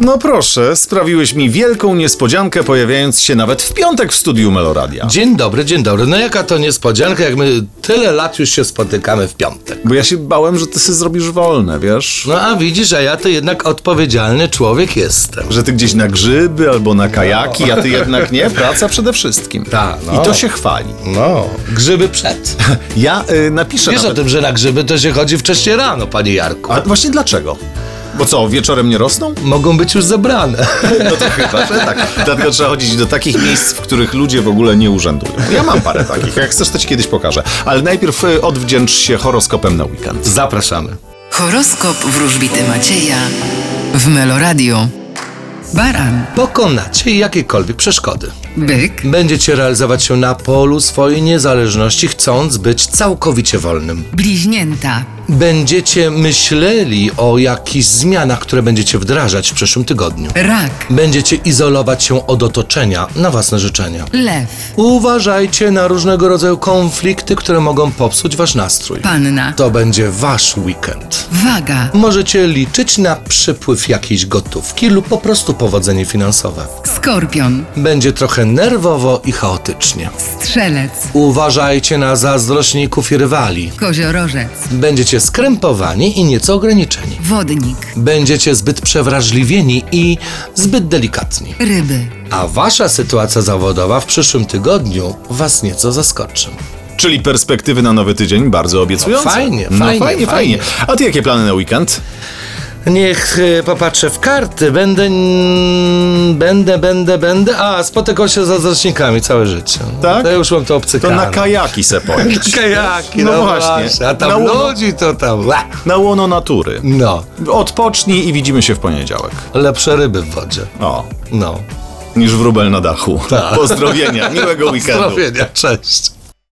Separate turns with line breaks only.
No proszę, sprawiłeś mi wielką niespodziankę, pojawiając się nawet w piątek w studiu Meloradia.
Dzień dobry, dzień dobry. No jaka to niespodzianka, jak my tyle lat już się spotykamy w piątek.
Bo ja się bałem, że ty sobie zrobisz wolne, wiesz?
No a widzisz, a ja to jednak odpowiedzialny człowiek jestem.
Że ty gdzieś na grzyby albo na kajaki, a ty jednak nie. Praca przede wszystkim.
Ta, no.
I to się chwali.
No, grzyby przed.
Ja y, napiszę
Wiesz o
nawet...
tym, że na grzyby to się chodzi wcześniej rano, panie Jarku.
A właśnie dlaczego? Bo co, wieczorem nie rosną?
Mogą być już zebrane.
No to chyba, że tak. Dlatego trzeba chodzić do takich miejsc, w których ludzie w ogóle nie urzędują. Ja mam parę takich, jak chcesz, to ci kiedyś pokażę. Ale najpierw y, odwdzięcz się horoskopem na weekend.
Zapraszamy.
Horoskop wróżbity Macieja w Meloradio. Baran,
Pokonacie jakiekolwiek przeszkody.
byk,
Będziecie realizować się na polu swojej niezależności, chcąc być całkowicie wolnym.
bliźnięta,
Będziecie myśleli o jakichś zmianach, które będziecie wdrażać w przyszłym tygodniu.
rak,
Będziecie izolować się od otoczenia na własne życzenia.
lew,
Uważajcie na różnego rodzaju konflikty, które mogą popsuć wasz nastrój.
panna,
To będzie wasz weekend.
waga,
Możecie liczyć na przypływ jakiejś gotówki lub po prostu powodzenie finansowe.
skorpion,
Będzie trochę nerwowo i chaotycznie.
strzelec,
Uważajcie na zazdrośników i rywali.
koziorożec,
Będziecie skrępowani i nieco ograniczeni.
wodnik,
Będziecie zbyt przewrażliwieni i zbyt delikatni.
ryby.
A wasza sytuacja zawodowa w przyszłym tygodniu was nieco zaskoczy.
Czyli perspektywy na nowy tydzień bardzo obiecujące.
No fajnie,
no,
fajnie,
fajnie, fajnie.
fajnie.
A ty jakie plany na weekend?
Niech e, popatrzę w karty. Będę, mm, będę, będę, będę. A, spotykał się z zazdrośnikami całe życie. No,
Tak?
To już mam to
To
obcykane.
na kajaki se pojedź.
Kajaki,
No
no,
właśnie.
właśnie. A tam
Na łono-
ludzi to tam. Łe.
Na łono natury.
No,
Odpocznij i widzimy się w poniedziałek.
lepsze ryby w wodzie.
O,
No. Tak.
niż wróbel na dachu. Pozdrowienia, miłego weekend. weekendu.
Zdrowienia, cześć.